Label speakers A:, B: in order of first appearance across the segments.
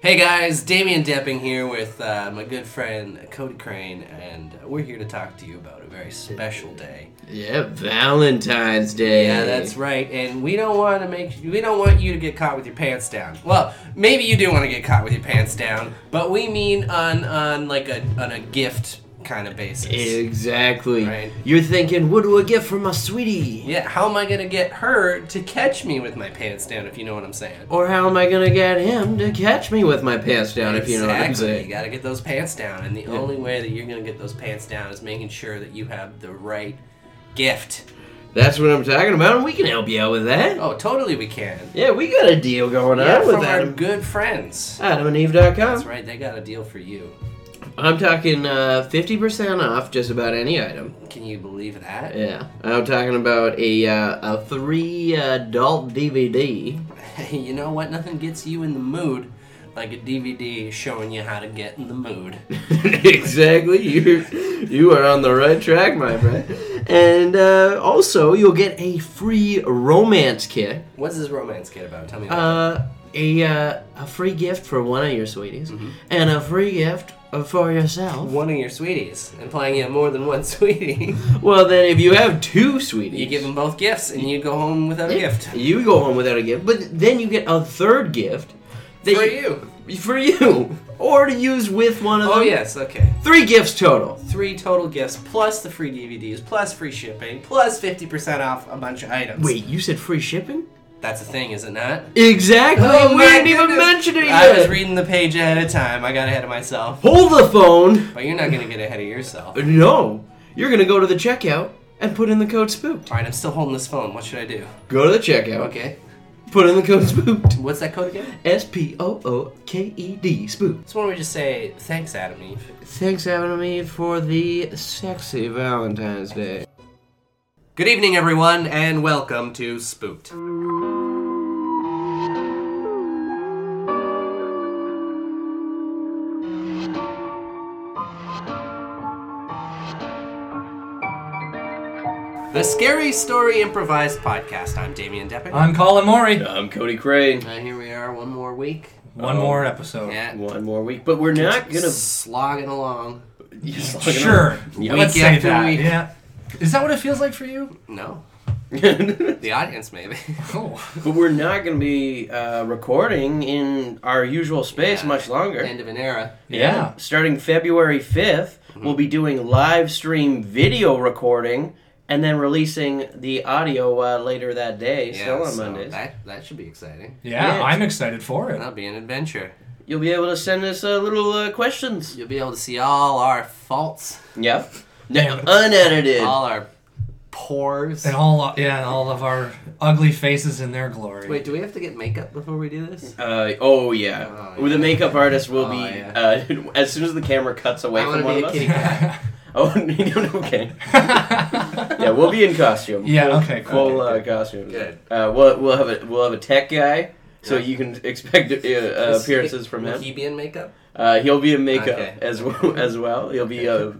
A: Hey guys, Damian Depping here with uh, my good friend Cody Crane, and we're here to talk to you about a very special day.
B: Yeah, Valentine's Day.
A: Yeah, that's right. And we don't want to make we don't want you to get caught with your pants down. Well, maybe you do want to get caught with your pants down, but we mean on on like a on a gift kind of basis.
B: Exactly.
A: Right.
B: You're thinking, what do I get for my sweetie?
A: Yeah, how am I gonna get her to catch me with my pants down? If you know what I'm saying.
B: Or how am I gonna get him to catch me with my pants down? If you know what I'm
A: Exactly. You
B: saying.
A: gotta get those pants down, and the only way that you're gonna get those pants down is making sure that you have the right gift.
B: That's what I'm talking about, and we can help you out with that.
A: Oh, totally, we can.
B: Yeah, we got a deal going
A: Yeah,
B: on with
A: from our
B: Adam.
A: good friends.
B: AdamandEve.com.
A: That's right. They got a deal for you.
B: I'm talking uh, 50% off just about any item.
A: Can you believe that?
B: Yeah, I'm talking about a uh, a free adult DVD.
A: you know what? Nothing gets you in the mood like a DVD showing you how to get in the mood.
B: exactly. You you are on the right track, my friend. And uh, also, you'll get a free romance kit.
A: What's this romance kid about? Tell me. about
B: Uh, a uh, a free gift for one of your sweeties,
A: Mm-hmm.
B: and a free gift for
A: it.
B: yourself.
A: one of your sweeties, implying you have more than one sweetie.
B: Well, then, if you have two sweeties,
A: you give them both gifts, and you go home without a gift.
B: You go home without a gift, but then you get a third gift that
A: For you.
B: for you, or to use with one of
A: Oh
B: them.
A: yes, okay.
B: Three gifts total.
A: Three total gifts, plus the free DVDs, plus free shipping, plus fifty percent off a bunch of items.
B: Wait, you said free shipping?
A: that's a thing, is it not?
B: Exactly. Oh, we
A: Oh, my
B: didn't even
A: goodness.
B: mention it
A: I was
B: yet.
A: reading the page ahead of time. I got ahead of myself.
B: Hold the phone.
A: But you're not gonna get ahead of yourself.
B: No, you're gonna go to the checkout and put in the code spooked.
A: All right, I'm still holding this phone. What should I do?
B: Go to the checkout.
A: Okay.
B: Put in the code spooked.
A: What's that code again?
B: S P O O K E D spooked.
A: It's one where we just say thanks, Adam and Eve.
B: Thanks, Adam and Eve, for the sexy Valentine's Day.
A: Good evening, everyone, and welcome to Spooked. The Scary Story Improvised Podcast. I'm Damian Depping.
C: I'm Colin Maury.
B: I'm Cody Crane.
A: and here we are, one more week.
B: Oh.
C: One more episode.
A: Yeah,
B: One more week, but we're not gonna.
A: slogging along.
C: Sure.
B: Yeah.
C: Let's
A: Week
C: say
A: after
C: that.
A: week.
C: Yeah. Is that what it feels like for you?
A: No,
B: but
A: the audience maybe.
C: Oh.
B: we're not gonna be uh, recording in our usual space
A: Yeah.
B: much longer.
A: End of an era.
C: Yeah.
B: Starting February 5th,
A: Mm-hmm.
B: we'll be doing live stream video recording and then releasing the audio uh, later that day, still on
A: so
B: Mondays.
A: That that should be exciting.
C: Yeah.
B: Yeah.
C: I'm excited for it.
A: That'll be an adventure.
B: You'll be able to send us uh, little uh, questions.
A: You'll be able to see all our faults,
B: Yep. Now, unedited.
A: all our pores.
C: And all yeah, and all of our ugly faces in their glory.
A: Wait, do we have to get makeup before we do this?
B: Uh, oh, yeah.
A: Oh,
B: Well,
A: yeah.
B: The makeup artist will
A: Oh,
B: be,
A: yeah.
B: uh, as soon as the camera cuts away
A: I wanna
B: from one
A: be
B: of
A: a
B: us.
A: kitty.
C: yeah.
B: Oh, okay. Yeah, we'll be in costume. We'll-
C: Okay. Cool.
B: Full uh, costumes.
A: Good.
B: Uh, we'll we'll have a we'll have a tech guy, so
A: Yeah.
B: you can expect uh, uh, appearances from
A: Will
B: him.
A: He be in makeup.
B: Uh, he'll be in makeup
A: Okay.
B: as well. As well, he'll be uh,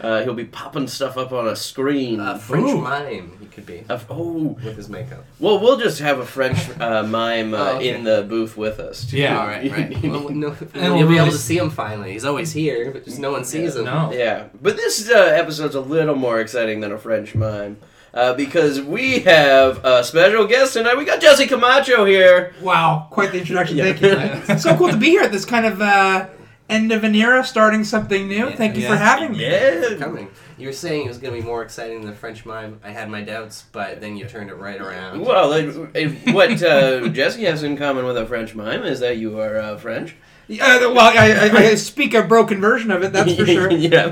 B: uh, he'll be popping stuff up on a screen.
A: Uh, French
C: Ooh.
A: mime. He could be
B: Of- oh,
A: with his makeup.
B: well, we'll just have a French uh, mime uh,
A: Oh, okay.
B: in the booth with us. too.
C: Yeah.
A: All right, right. Well, no,
C: we'll
A: you'll be able to
C: really-
A: see him finally. He's always here, but just no one sees him.
C: No.
B: Yeah, but this uh, episode's a little more exciting than a French mime uh, because we have a special guest tonight. We got Jesse Camacho here.
D: Wow, quite the introduction.
B: Yeah.
D: Thank you. It's so cool to be here at this kind of uh, end of an era, starting something new.
A: Yeah.
D: Thank you for
C: Yeah.
D: having me.
B: Yeah,
A: Coming. You were saying it was going to be more exciting than the French mime. I had my doubts, but then you turned it right around.
B: Well, it, it, what uh, Jesse has in common with a French mime is that you are uh, French.
D: Uh, well, I, I, I speak a broken version of it, that's for sure. Out in
B: yeah.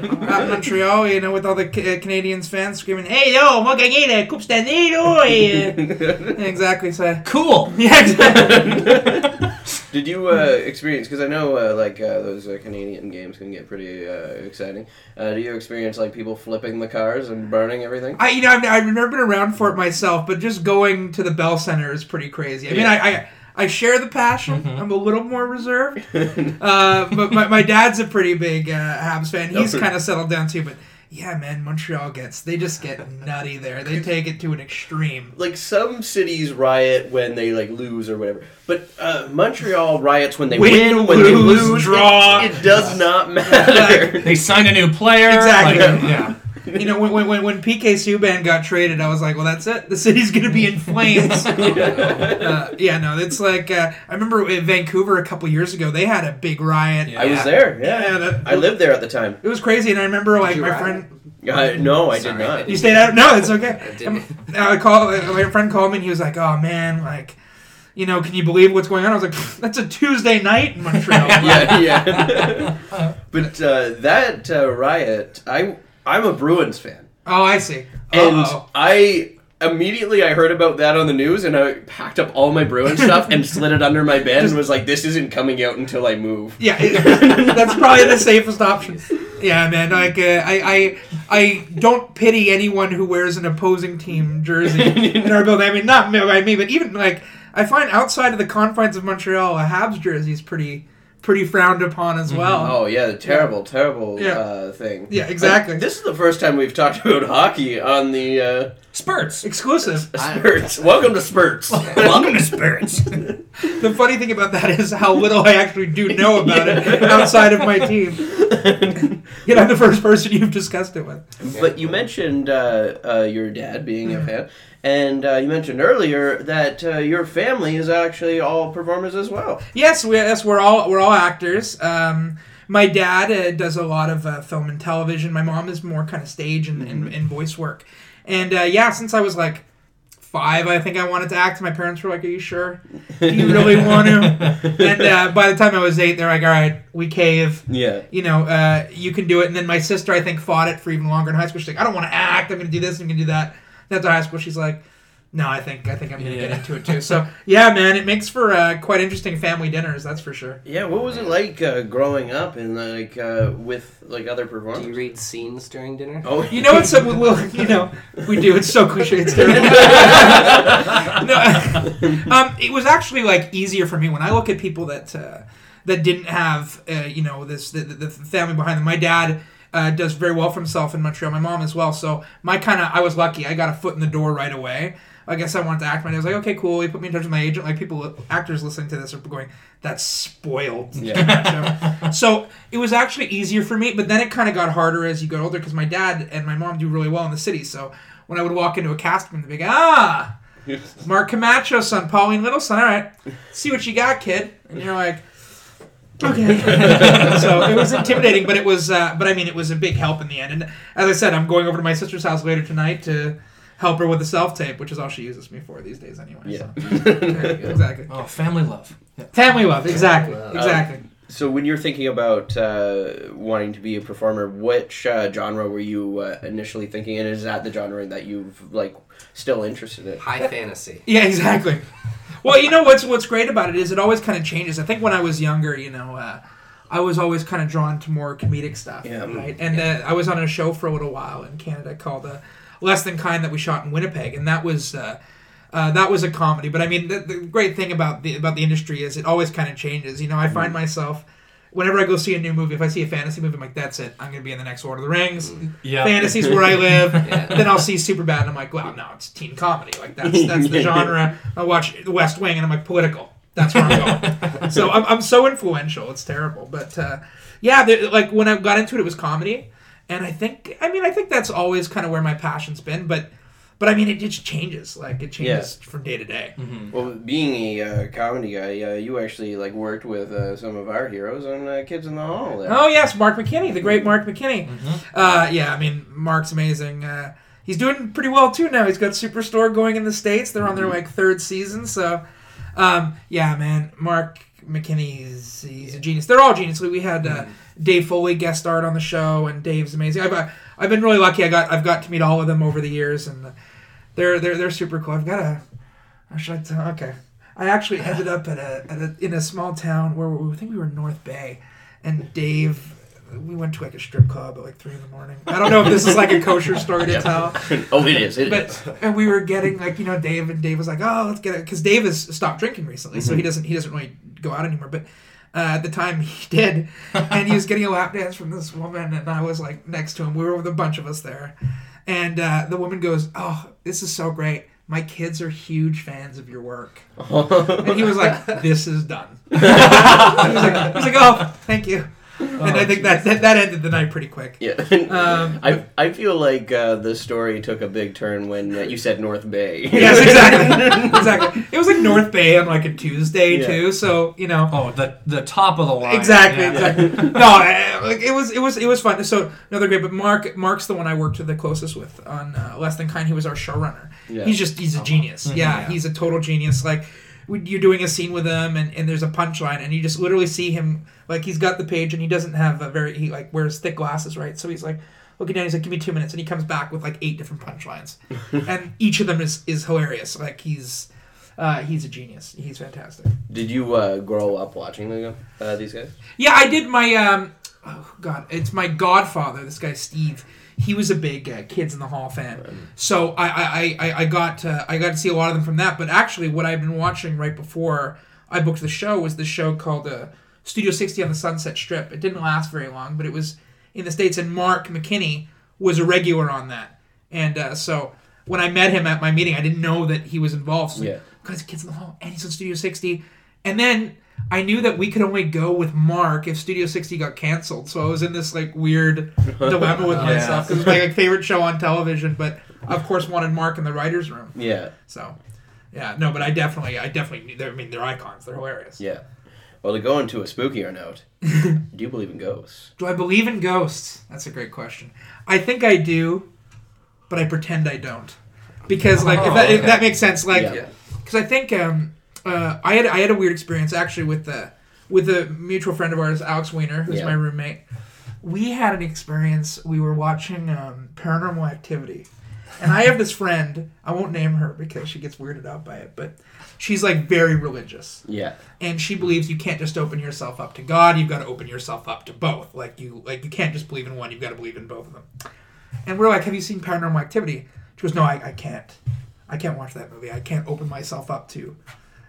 D: Montreal, you know, with all the ca- uh, Canadians fans screaming, "Hey yo, moi gagné la coupe cette année, là!" et, uh, Exactly. So.
C: Cool.
D: Yeah. Exactly.
B: Did you uh, experience? Because I know, uh, like uh, those uh, Canadian games can get pretty uh, exciting. Uh, do you experience like people flipping the cars and burning everything?
D: I, you know, I've, I've never been around for it myself, but just going to the Bell Center is pretty crazy. I mean,
B: Yeah.
D: I, I, I share the passion. I'm a little more reserved, uh, but my, my dad's a pretty big uh, Habs fan. He's
B: Oh.
D: kind of settled down too, but yeah, man, Montreal gets they just get nutty there. They take it to an extreme.
B: Like some cities riot when they like lose or whatever, but uh, Montreal riots when they win,
D: Win,
B: when they
D: lose,
B: lose,
D: draw.
B: It, it does not matter.
A: They signed a new player.
D: Exactly.
A: like, yeah.
D: You know, when when when, when PK Subban got traded, I was like, well, that's it. The city's gonna be in flames. uh, yeah, no, it's like uh, I remember in Vancouver a couple years ago. They had a big riot.
A: Yeah.
B: I was there. Yeah,
D: Yeah, that-
B: I lived there at the time.
D: It was crazy, and I remember like
E: you
D: my
E: riot?
D: friend.
B: Uh, no, I did
E: Sorry.
B: not.
D: You stayed out? No, it's okay.
E: I
D: Um,
E: didn't.
D: I call my friend called me and he was like, "Oh man, like, you know, can you believe what's going on?" I was like, "Pfft, "That's a Tuesday night in Montreal."
B: yeah, yeah. but uh, that uh, riot, I I'm a Bruins fan,
D: Oh, I see.
B: and
D: Uh-oh.
B: I immediately I heard about that on the news, and I packed up all my Bruins stuff and slid it under my bed, and was like, "This isn't coming out until I move."
D: Yeah, it- that's probably the safest option. Yeah, man. Like, uh, I, I, I don't pity anyone who wears an opposing team jersey in our building. I mean, not me, by me, but even like, I find outside of the confines of Montreal, a Habs jersey is pretty, pretty frowned upon as well.
B: Oh yeah, the terrible, terrible
D: Yeah.
B: Uh, thing.
D: Yeah, exactly.
B: I- this is the first time we've talked about hockey on the uh,
A: Spurts.
D: Exclusive.
B: Spurts. Welcome to Spurts.
A: Welcome to Spurts.
D: The funny thing about that is how little I actually do know about it outside of my team. You know, I'm the first person you've discussed it with.
B: But you mentioned uh, uh, your dad being
D: Mm-hmm.
B: a fan, and uh, you mentioned earlier that uh, your family is actually all performers as well.
D: Yes, we, yes, we're all we're all actors. Um, my dad uh, does a lot of uh, film and television. My mom is more kind of stage and, and, and voice work. And uh, yeah, since I was like five, I think I wanted to act. My parents were like, "Are you sure? Do you really want to?" And uh, by the time I was eight, they're like, "All right, we cave."
B: Yeah.
D: you know, uh, you can do it. And then my sister, I think, fought it for even longer in high school. She's like, I don't want to act. I'm going to do this. I'm going to do that. And after high school, she's like, No, I think I think I'm going to
A: Yeah.
D: get into it too. So yeah, man, it makes for uh, quite interesting family dinners. That's for sure.
B: Yeah. What was it like uh, growing up and like uh, with like other
E: Do you
B: performers?
E: read scenes during dinner?
B: Oh,
D: You know, it's so we we'll, you know we do. It's so cliche. It's terrible. no, um, it was actually like easier for me when I look at people that uh, that didn't have uh, you know this the, the the family behind them. My dad. Uh, does very well for himself in Montreal. My mom as well. So my kind of I was lucky. I got a foot in the door right away. I guess I wanted to act. My dad was like, okay, cool. He put me in touch with my agent. Like people, actors listening to this are going, that's spoiled. So- so it was actually easier for me, but then it kind of got harder as you got older because my dad and my mom do really well in the city. So when I would walk into a cast room, they'd be like, ah, Mark Camacho, son, Pauline Little, son. All right, see what you got, kid. And you're like, okay. so it was intimidating, but it was, uh, but I mean, it was a big help in the end. And as I said, I'm going over to my sister's house later tonight to help her with the self tape, which is all she uses me for these days, anyway.
B: Yeah.
D: So. exactly.
A: Oh, family love. Yeah.
D: Family love, exactly, exactly.
B: So when you're thinking about uh, wanting to be a performer, which uh, genre were you uh, initially thinking, and is that the genre that you've like still interested in?
E: High fantasy.
D: Yeah, exactly. Well, you know what's what's great about it is it always kind of changes. I think when I was younger, you know, uh, I was always kind of drawn to more comedic stuff,
B: Yeah.
D: right? And uh, I was on a show for a little while in Canada called uh, "Less Than Kind" that we shot in Winnipeg, and that was. Uh, uh, that was a comedy, but I mean, the, the great thing about the about the industry is it always kind of changes. You know, I find myself whenever I go see a new movie, if I see a fantasy movie, I'm like, "That's it, I'm gonna be in the next Lord of the Rings."
A: Yeah.
D: Fantasy's where I live.
E: Yeah.
D: Then I'll see Superbad, and I'm like, wow, no, it's teen comedy. Like that's that's the genre. I watch The West Wing, and I'm like, political. That's where I'm going. so I'm, I'm so influential. It's terrible, but uh, yeah, the, like when I got into it, it was comedy, and I think I mean I think that's always kind of where my passion's been, but. But I mean, it just changes. Like it changes from day to day.
B: Well, being a uh, comedy guy, uh, you actually like worked with uh, some of our heroes on uh, Kids in the Hall. There.
D: Oh yes, Mark McKinney, the great Mark McKinney. Uh, yeah, I mean, Mark's amazing. Uh, he's doing pretty well too now. He's got Superstore going in the states. They're on their like third season, so um, yeah, man, Mark McKinney is he's a genius. They're all genius. We had uh, Dave Foley guest starred on the show, and Dave's amazing. I've, uh, I've been really lucky. I got I've got to meet all of them over the years, and uh, they're they're they're super cool. I've got a or should I tell? Okay. I actually ended up at a, at a in a small town where we, I think we were in North Bay, and Dave, we went to like a strip club at like three in the morning. I don't know if this is like a kosher story to tell,
B: oh, it is. It is.
D: but and we were getting like you know Dave and Dave was like oh let's get it because Dave has stopped drinking recently so he doesn't he doesn't really go out anymore but uh, at the time he did, and he was getting a lap dance from this woman, and I was like next to him. We were with a bunch of us there, and uh, the woman goes, "Oh, this is so great." My kids are huge fans of your work. And he was like, This is done. he, was like, he was like, Oh, thank you. And I think that, that that ended the night pretty quick.
B: Yeah.
D: Um,
B: I, I feel like uh, the story took a big turn when uh, you said North Bay.
D: Yes, exactly. exactly. It was like North Bay on like a Tuesday
B: Yeah.
D: too, so you know.
A: Oh, the the top of the line.
D: Exactly.
A: yeah.
D: Exactly. no, I, I- like, it was it was it was fun. So another great, but Mark Mark's the one I worked the closest with on uh, Less Than Kind. He was our showrunner.
B: Yeah.
D: He's just he's a genius. yeah,
A: yeah.
D: he's a total genius. Like when you're doing a scene with him, and, and there's a punchline, and you just literally see him like he's got the page, and he doesn't have a very he like wears thick glasses, right? So he's like. Looking down, he's like, "Give me two minutes," and he comes back with like eight different punchlines, and each of them is is hilarious. Like he's uh, he's a genius. He's fantastic.
B: Did you uh, grow up watching the, uh, these guys?
D: Yeah, I did my um oh god, it's my godfather, this guy Steve. He was a big uh, Kids in the Hall fan. So I I, I, I got uh, I got to see a lot of them from that, but actually what I've been watching right before I booked the show was this show called uh, Studio 60 on the Sunset Strip. It didn't last very long, but it was in the states and Mark McKinney was a regular on that. And uh, so when I met him at my meeting, I didn't know that he was involved. So
B: Yeah.
D: Guys, Kids in the Hall, and he's on Studio 60. And then I knew that we could only go with Mark if Studio 60 got canceled. So I was in this like weird dilemma with myself because it was my like, favorite show on television, but of course wanted Mark in the writers' room.
B: Yeah.
D: So yeah, no, but I definitely, I definitely, knew- they're- I mean, they're icons. They're hilarious.
B: Yeah. Well, to go into a spookier note, do you believe in ghosts?
D: Do I believe in ghosts? That's a great question. I think I do, but I pretend I don't because like if,
A: Oh,
D: that, if
A: okay.
D: that makes sense. Like
B: Yeah.
D: because I think um, uh, I had I had a weird experience actually with the with a mutual friend of ours, Alex Weiner, who's
B: Yeah.
D: my roommate. We had an experience. We were watching um, Paranormal Activity, and I have this friend. I won't name her because she gets weirded out by it, but she's like very religious
B: Yeah.
D: and she believes you can't just open yourself up to God. You've got to open yourself up to both. Like you, like you can't just believe in one. You've got to believe in both of them. And we're like, "Have you seen Paranormal Activity?" She goes, "No, I, I can't. I can't watch that movie. I can't open myself up to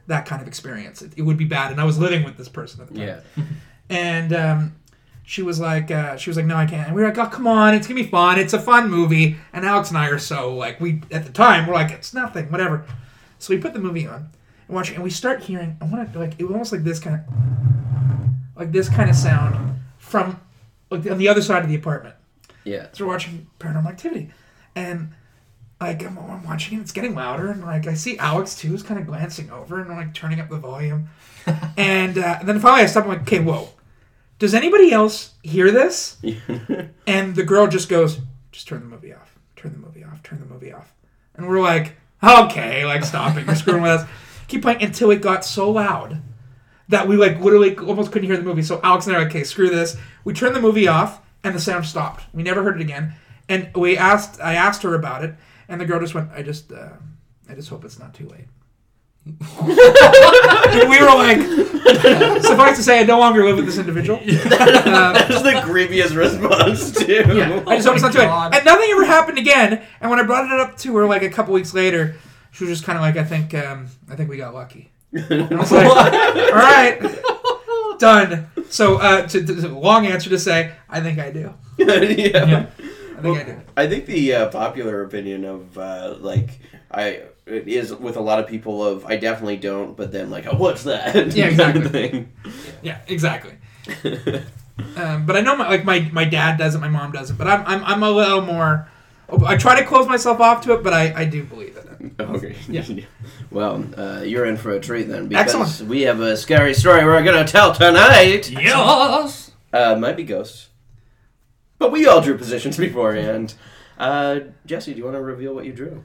D: that kind of experience. It, it would be bad." And I was living with this person at the time
B: Yeah.
D: and um, she was like, uh, she was like, no, I can't. And we were like, oh, come on, it's gonna be fun. It's a fun movie. And Alex and I are so like, we at the time we're like, it's nothing, whatever. So we put the movie on and watch it, and we start hearing. I want to like it was almost like this kind of, like this kind of sound from like on the other side of the apartment.
B: Yeah.
D: So we're watching Paranormal Activity, and like I'm, I'm watching it, it's getting louder, and like I see Alex too is kind of glancing over and like turning up the volume, and, uh, and then finally I stop. I'm like, okay, whoa, does anybody else hear this? and the girl just goes, just turn the movie off, turn the movie off, turn the movie off, and we're like, okay, like stop it, you're screwing with us. Keep playing until it got so loud that we like literally almost couldn't hear the movie. So Alex and I are like, okay, screw this. We turned the movie off and the sound stopped. We never heard it again. And we asked, I asked her about it, and the girl just went, I just, uh, I just hope it's not too late. and we were like, suffice to say, I no longer live with this individual. Uh,
B: That's the creepiest response too.
D: yeah, I just hope it's not too
A: God.
D: late. And nothing ever happened again. And when I brought it up to her like a couple weeks later, she was just kind of like, I think, um, I think we got lucky. And I was like, all right, done. So, uh, to, to, to- long answer to say, I think I do.
B: yeah.
A: Yeah.
D: I
B: Well,
D: think I do.
B: I think the uh, popular opinion of uh, like I it is with a lot of people of I definitely don't, but then like oh, what's that?
D: Yeah,
B: kind of thing.
D: Yeah, exactly. um, but I know my like my, my dad does it, my mom doesn't. But I'm I'm, I'm a little more. I try to close myself off to it, but I, I do believe in it.
B: Okay.
D: Yeah.
B: Well, uh, you're in for a treat then, because
D: Excellent.
B: we have a scary story we're gonna tell tonight.
A: Yes.
B: Uh, might be ghosts, but we all drew positions beforehand. Uh, Jesse, do you want to reveal what you drew?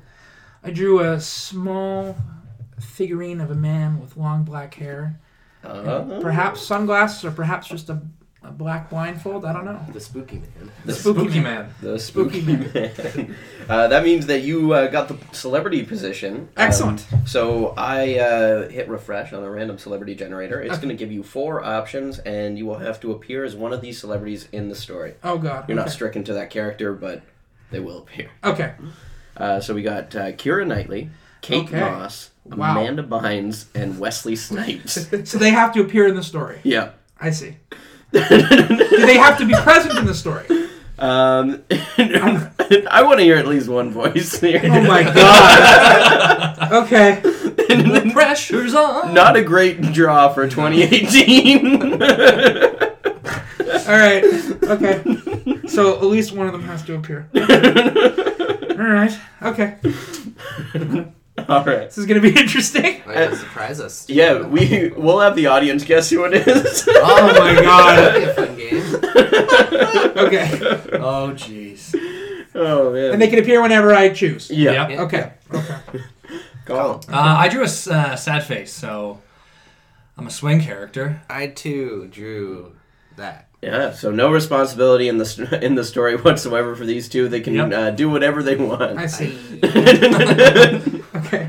D: I drew a small figurine of a man with long black hair,
B: Uh,
D: perhaps sunglasses, or perhaps just a, a black blindfold. I don't know.
E: The spooky man.
B: the
D: spooky
A: Spooky
D: man.
A: man.
B: The
D: Spooky
B: spooky, man. uh, that means that you uh, got the celebrity position. Um,
D: Excellent.
B: so I uh, hit refresh on a random celebrity generator. It's going to give you four options, and you will have to appear as one of these celebrities in the story.
D: Oh God.
B: You're not
D: okay.
B: stricken to that character, but they will appear.
D: Okay.
B: Uh, so we got uh, Kira Knightley, Kate
D: Okay.
B: Moss,
D: Wow.
B: Amanda Bynes, and Wesley Snipes.
D: So they have to appear in the story.
B: yeah.
D: I see. Do they have to be present in the story?
B: Um, I want to hear at least one voice here.
D: Oh my god. Okay.
C: The pressure's on.
B: Not a great draw for 2018.
D: All right. Okay. So at least one of them has to appear. All right. Okay.
B: All right.
D: This is gonna be interesting.
A: Like, surprise us.
B: Yeah, we we'll have the audience guess who it is.
D: Oh my god.
A: That'd be a fun game.
D: Okay.
C: Oh jeez.
B: oh man.
D: And they can appear whenever I choose.
B: yeah.
C: Yep.
D: Okay. Okay.
B: Call.
C: Uh, I drew a s- uh, sad face, so I'm a swing character.
A: I too drew that.
B: Yeah. So no responsibility in the st- in the story whatsoever for these two. They can
C: Yep.
B: uh, do whatever they want.
D: I see. Okay.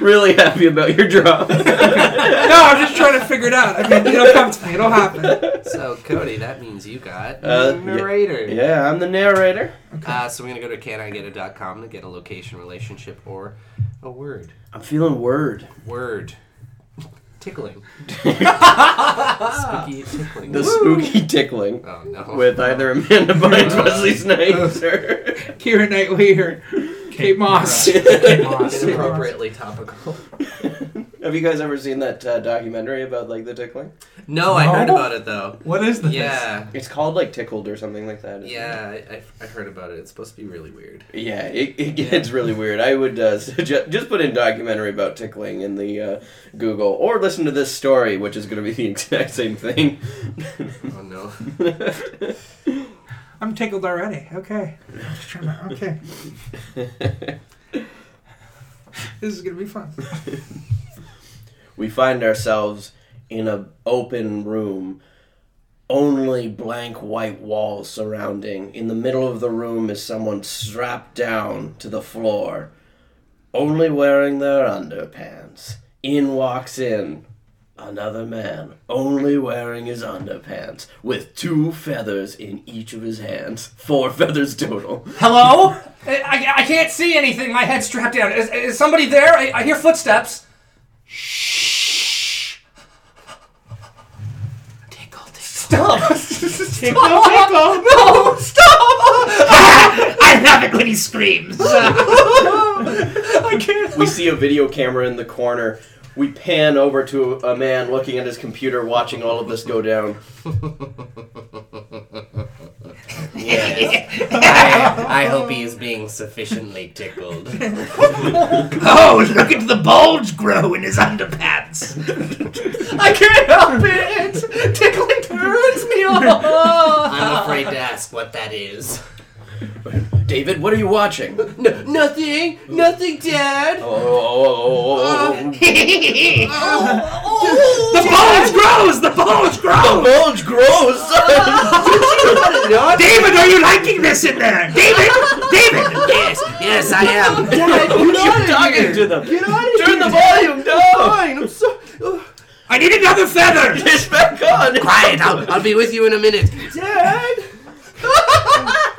B: really happy about your draw.
D: No, I'm just trying to figure it out. I mean, it'll come to me. It'll happen.
A: So Cody, that means you got
B: Uh,
A: a narrator.
B: yeah, I'm the narrator.
A: Uh, so we're gonna go to canigetit.com to get a location, relationship, or a word.
B: I'm feeling word.
A: Word. Tickling. Spooky tickling.
B: The spooky tickling
A: oh no.
B: with either Amanda Bynes, Wesley Snipes, or
D: Kira Knightley or Kate Moss.
C: Kate Moss.
A: inappropriately topical.
B: Have you guys ever seen that uh, documentary about like the tickling?
A: No, I heard
C: No?
A: about it though.
C: What is the
A: Yeah,
B: It's called like tickled or something like that. isn't
A: yeah, I, I, I heard about it. It's supposed to be really weird.
B: it? Yeah, it, it gets really weird. I would uh, suggest just put in documentary about tickling in the uh, Google or listen to this story, which is going to be the exact same thing.
A: Oh no.
D: I'm tickled already. Okay. Just trying to- Okay. This is gonna be fun.
B: we find ourselves in an open room only blank white walls surrounding in the middle of the room is someone strapped down to the floor only wearing their underpants in walks in another man only wearing his underpants with two feathers in each of his hands four feathers total
C: Hello? I, I, I can't see anything. My head's strapped down. Is, is somebody there? I, I hear footsteps. Shh. Tickle, tickle. Stop. tickle, tickle. No, stop.
D: I love it when he screams.
C: I can't.
B: We see a video camera in the corner. We pan over to a man looking at his computer, watching all of this go down.
A: I, I hope he is being sufficiently tickled.
D: Oh, look at the bulge grow in his underpants.
C: I can't help it. Tickling turns me off.
A: I'm afraid to ask what that is.
B: David, what are you watching? Oh,
A: No, nothing, nothing, Dad.
B: oh, oh, oh, oh,
A: Oh.
C: The bulge grows. The bulge
A: Uh,
B: oh.
C: grows.
B: Bulge grows!
D: David, are you liking this in there? David, David.
A: Yes, yes, I am.
B: You're talking to them! Turn the volume down! I'm so.
D: I need another feather.
B: It's back on!
A: Quiet. I'll, I'll be with you in a minute.
B: Dad!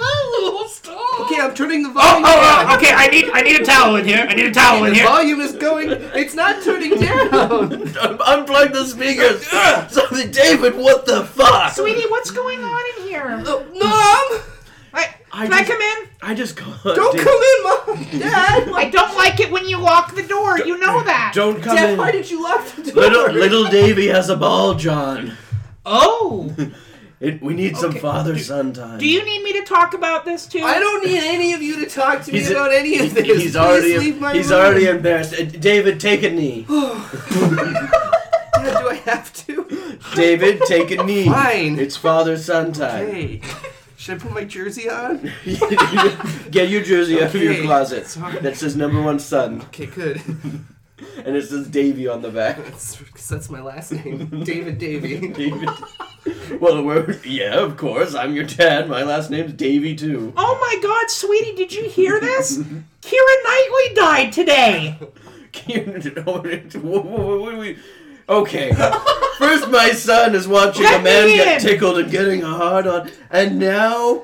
A: Okay, I'm turning the
D: Oh,
A: volume
D: oh, oh, okay. I need, I need a towel in here. I need a towel in
A: The
D: here.
A: volume is going. It's not turning down.
B: Un- Unplug the speakers! Something, David, what the fuck?
D: Sweetie, what's going on in here?
A: Oh, Mom,
D: I,
B: I
D: can I
B: just-
D: come in?
B: I just called.
A: don't come in, Mom. Dad,
D: I don't like it when you lock the door. You know that.
B: Don't come
A: Dad,
B: in!
A: why did you lock the door?
B: Little, little Davy has a bulge on.
D: Oh.
B: It, we need some
D: Okay.
B: father son time.
D: Do you need me to talk about this too?
A: I don't need any of you to talk to me
B: He's-
A: about any of this.
B: He's
A: Please
B: already
A: leave my
B: he's
A: room.
B: already embarrassed. Uh, David, take a knee.
A: Dad, do I have to?
B: David, take a knee.
A: Fine.
B: It's father son time.
A: Hey, should I put my jersey on?
B: Get your jersey out of your
A: Okay.
B: closet.
A: Sorry.
B: That says number one son,
A: Okay, good.
B: and it says Davy on the back.
A: That's, 'cause that's my last name, David Davy.
B: David. Well, we're, yeah, of course. I'm your dad. My last name's Davy too.
D: Oh my god, sweetie, did you hear this? Kira Knightley died today.
B: okay. First, my son is watching
D: Let
B: a man
D: me
B: get
D: in.
B: tickled and getting a hard on, and now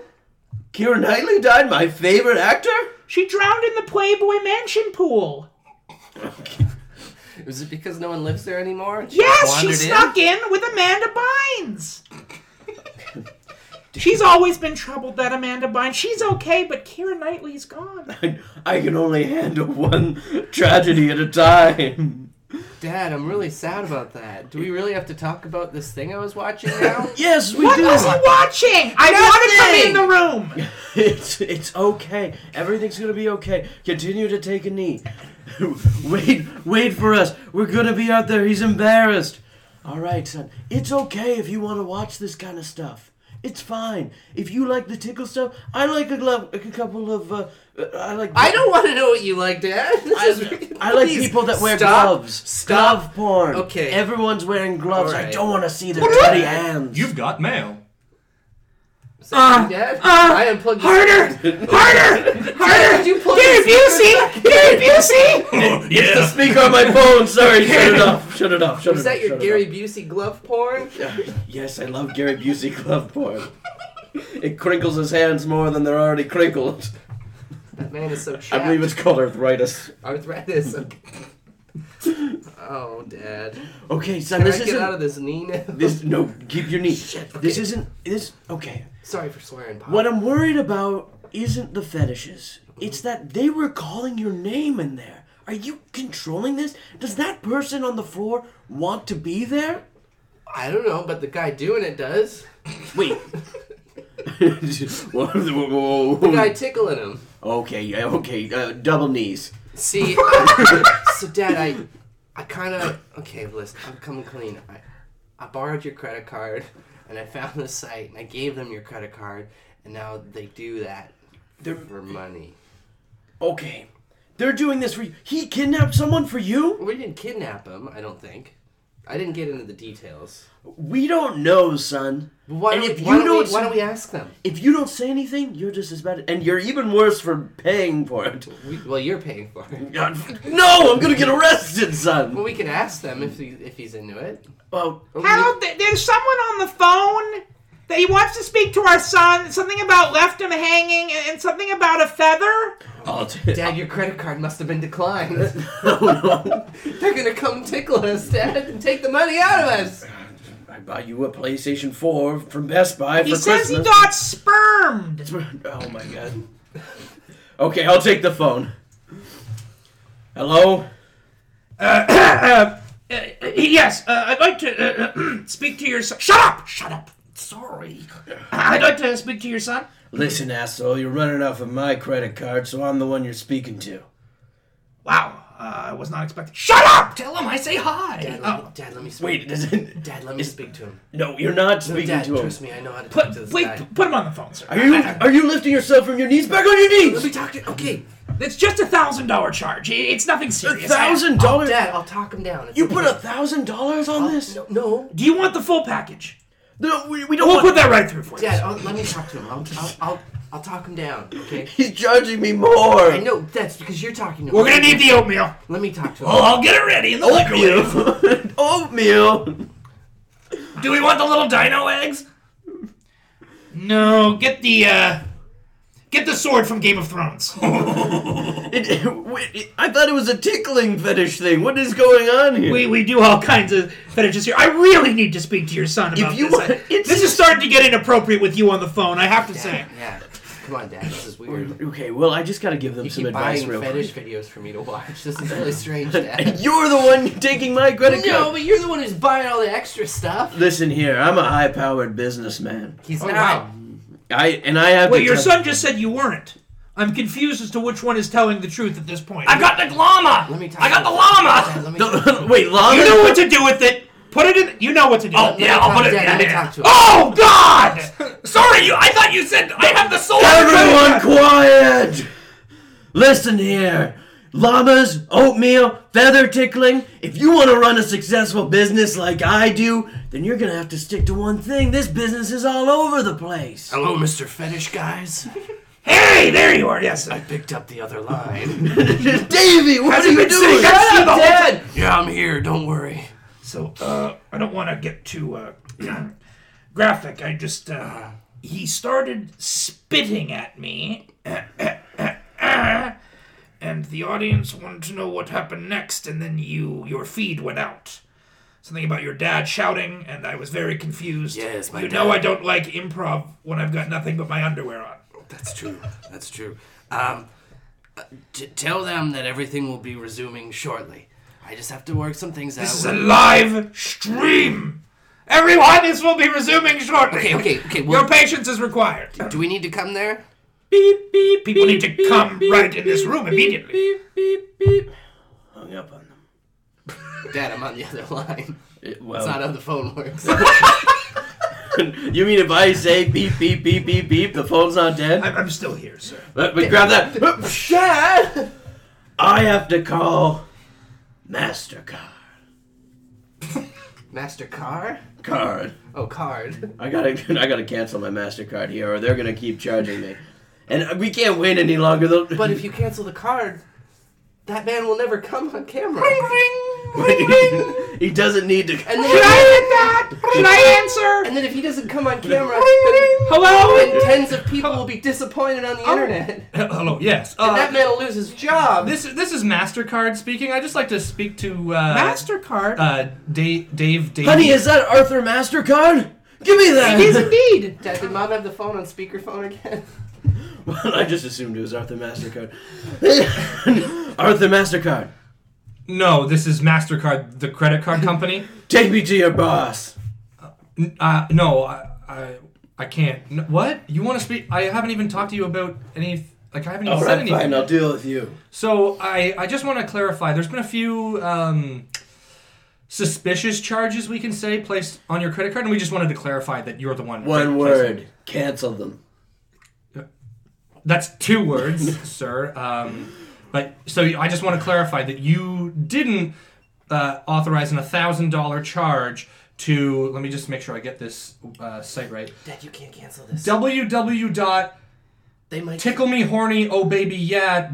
B: Kira Knightley died, my favorite actor.
D: She drowned in the Playboy Mansion pool.
E: Is it because no one lives there anymore? and she
D: Yes, she
E: wandered in?
D: snuck in with Amanda Bynes. She's always been troubled that Amanda Bynes. She's okay, but Kira Knightley's gone.
B: I can only handle one tragedy at a time.
E: Dad, I'm really sad about that. Do we really have to talk about this thing I was watching now?
B: Yes, we
D: What
B: do.
D: was he watching? I wanted somebody in the room.
B: It's it's okay. Everything's gonna be okay. Continue to take a knee. wait, wait for us. We're gonna be out there. He's embarrassed. All right, son. It's okay if you want to watch this kind of stuff. It's fine. If you like the tickle stuff, I like a, glo- a couple of. Uh, uh, I like.
E: I don't want to know what you like, Dad. This is-
B: I like
E: Please,
B: people that wear
E: stop,
B: gloves.
E: Stop.
B: Glove porn.
E: Okay.
B: Everyone's wearing gloves. I
E: Alright.
B: don't want to see their dirty
A: what?
B: hands.
A: You've got mail.
E: Sorry, Dad, I unplugged
D: Harder, harder, harder.
E: Did you plug
D: Dave
E: the
D: Busey, Dave Busey.
A: Oh, yeah.
B: Speak on my phone. Sorry. Shut it off. Shut it off. Shut
E: Is
B: it off.
E: that your
B: shut it
E: Gary
B: off.
E: Busey glove porn?
B: Yes, I love Gary Busey glove porn. It crinkles his hands more than they're already crinkled.
E: That man is so
B: I
E: chapped.
B: believe it's called arthritis.
E: arthritis. Okay. oh, Dad.
B: Okay, son,
E: Can
B: this
E: I
B: isn't.
E: get out of this knee now?
B: this no, keep your knee. This
E: okay.
B: isn't. This okay.
E: Sorry for swearing, Pop.
B: What I'm worried about isn't the fetishes. It's that they were calling your name in there. Are you controlling this? Does that person on the floor want to be there?
E: I don't know, but the guy doing it does.
B: Wait. Whoa, whoa, whoa,
E: The guy
B: whoa.
E: tickling him.
B: Okay, yeah, okay. Uh, double knees.
E: See, so Dad, I, I kind of okay. Listen, I'm coming clean. I, I borrowed your credit card, and I found this site, and I gave them your credit card, and now they do that for money.
B: Okay. They're doing this for you. He kidnapped someone for you?
E: We didn't kidnap him, I don't think. I didn't get into the details.
B: We don't know, son.
E: But why,
B: and
E: don't,
B: if
E: why,
B: you
E: don't
B: don't,
E: we, why don't we ask them?
B: if you don't say anything, you're just as bad. And you're even worse for paying for it.
E: We, well, you're paying for it.
B: God, no, I'm gonna get arrested, son.
E: Well, we can ask them if he, if he's into it.
B: Well,
D: Harold, th- there's someone on the phone that he wants to speak to our son. Something about left him hanging and, and something about a feather.
B: I'll t-
E: Dad, your credit card must have been declined.
B: no, no.
E: They're gonna come tickle us, Dad, and take the money out of us.
B: I bought you a PlayStation 4 from Best Buy for
D: He says
B: Christmas.
D: he got spermed.
B: Oh my god. Okay, I'll take the phone. Hello?
D: Uh, yes, uh, I'd like to uh, speak to your son. Shut up! Shut up! Sorry. I'd like to speak to your son.
B: Listen, asshole, you're running off of my credit card, so I'm the one you're speaking to.
D: Wow, uh, I was not expecting. Shut up! Tell him I say hi.
E: Dad, let me,
D: Oh,
E: Dad, let me speak.
B: Wait, does it?
E: Dad, let me speak to him.
B: No, you're not speaking
E: Dad,
B: to him.
E: trust me, I know how to talk to
D: put,
E: this
D: wait,
E: guy.
D: put him on the phone, sir.
B: Are you are you lifting yourself from your knees? Back on your
E: Let
B: knees!
E: me talk to. Okay,
D: It's just a thousand dollar charge. I- It's nothing serious.
B: Thousand dollars?
E: Oh, Dad, I'll talk him down. It's
B: You
E: okay.
B: put a thousand dollars on this?
E: No, no,
D: I- do you want the full package?
B: No, we, we don't
D: We'll
B: want-
D: put that right through for you.
E: Dad,
D: sir.
E: I'll, let me talk to him. I'll, I'll, I'll, I'll talk him down. Okay.
B: He's charging me more.
E: I know that's because you're talking to him.
D: We're gonna need the oatmeal.
E: Let me talk to him.
D: Oh, I'll get it ready in the microwave.
B: Oatmeal. Oatmeal.
D: Do we want the little dino eggs? No, get the uh, get the sword from Game of Thrones.
B: It, it- I thought it was a tickling fetish thing. What is going on here?
D: We, we do all kinds of fetishes here. I really need to speak to your son about
B: If you
D: this.
B: want-
D: I-
B: it's-
D: this is starting to get inappropriate with you on the phone. I have to say.
E: Dad, yeah. Come on, Dad. This is weird.
B: Okay, well, I just gotta give them
E: You
B: some
E: keep
B: advice
E: buying
B: real
E: fetish
B: quick.
E: videos for me to watch. This is really strange, Dad.
B: And you're the one taking my credit
E: No,
B: card.
E: but you're the one who's buying all the extra stuff.
B: Listen here, I'm a high-powered businessman.
E: He's
D: Oh,
E: not.
D: wow.
B: I and I have.
D: Wait,
B: to
D: your
B: tell-
D: son just said you weren't. I'm confused as to which one is telling the truth at this point. I got the llama.
E: Let me talk
D: I got
E: to
D: the
E: him. Dad,
D: llama.
E: let me
B: Wait, long.
D: You know what to do with it. Put it in. You know what to do. Oh
E: me yeah, I'll talk- put it- Dad, let me yeah, yeah. talk to him.
D: Oh God! Sorry, you. I thought you said I have the sword.
B: Everyone quiet! Listen here. Llamas, oatmeal, feather tickling. If you want to run a successful business like I do, then you're going to have to stick to one thing. This business is all over the place.
D: Oh.
E: Hello, Mr. Fetish guys.
D: Hey, there you are. Yes.
E: I picked up the other line.
B: Davey, what
D: Has
B: are
D: he
B: you
D: been
B: doing?
D: sitting next to you the whole time?
E: yeah, I'm here. Don't worry.
D: So uh, I don't want to get too uh, graphic. I just uh, he started spitting at me, and the audience wanted to know what happened next, and then you, your feed went out. Something about your dad shouting, and I was very confused.
E: Yes, my
D: You know
E: dad-
D: I don't like improv when I've got nothing but my underwear on.
E: That's true. That's true. Um, uh, t- tell them that everything will be resuming shortly. I just have to work some things out.
D: This is a live stream. Everyone, this will be resuming shortly.
E: Okay, okay, okay,
D: Your
E: well-
D: patience is required.
E: Do we need to come there?
B: Beep, beep,
D: People need to come right in this room immediately.
B: beep, beep, beep. Hung up on them.
E: Dad, I'm on the other line.
B: It-
E: That's not
B: well,
E: how the phone works.
B: you mean if I say beep, beep, beep, beep, beep, the phone's not dead?
D: I'm, I'm still here, sir.
B: Let me grab that.
E: Dad!
B: I have to call MasterCard.
E: Master Car?
B: Card.
E: Oh, card.
B: I gotta, I gotta cancel my MasterCard here or they're gonna keep charging me. And we can't wait any longer. They'll-
E: But if you cancel the card, that man will never come on camera.
B: he doesn't need to.
E: And
D: Should I
E: then,
D: hit that? Should I answer?
E: and then if he doesn't come on camera, then,
D: Hello?
E: then tens of people will be disappointed on the internet.
C: Hello, yes.
E: And that
C: Uh,
E: man will lose his job.
C: this this is Mastercard speaking. I would just like to speak to uh,
D: Mastercard.
C: uh, Dave Dave Dave.
B: Honey, is that Arthur MasterCard? Give me that!
D: it is indeed.
E: Dad, did mom have the phone on speakerphone again?
B: Well, I just assumed it was Arthur Mastercard. Arthur Mastercard,
C: no, this is Mastercard, the credit card company.
B: take me to your boss.
C: N- uh, no, I, I I can't. N- what you want to speak? I haven't even talked to you about any. Like I haven't even
B: All
C: said
B: right,
C: anything.
B: fine, I'll deal with you.
C: So I, I just want to clarify. There's been a few um, suspicious charges we can say placed on your credit card, and we just wanted to clarify that you're the one.
B: One
C: pla-
B: word, cancel them.
C: placing- That's two words, sir. Um, but so I just want to clarify that you didn't uh, authorize an thousand dollar charge to. Let me just make sure I get this uh, site right.
E: Dad, you can't cancel this.
C: www.ticklemehornyohbabyyeah.net.
E: They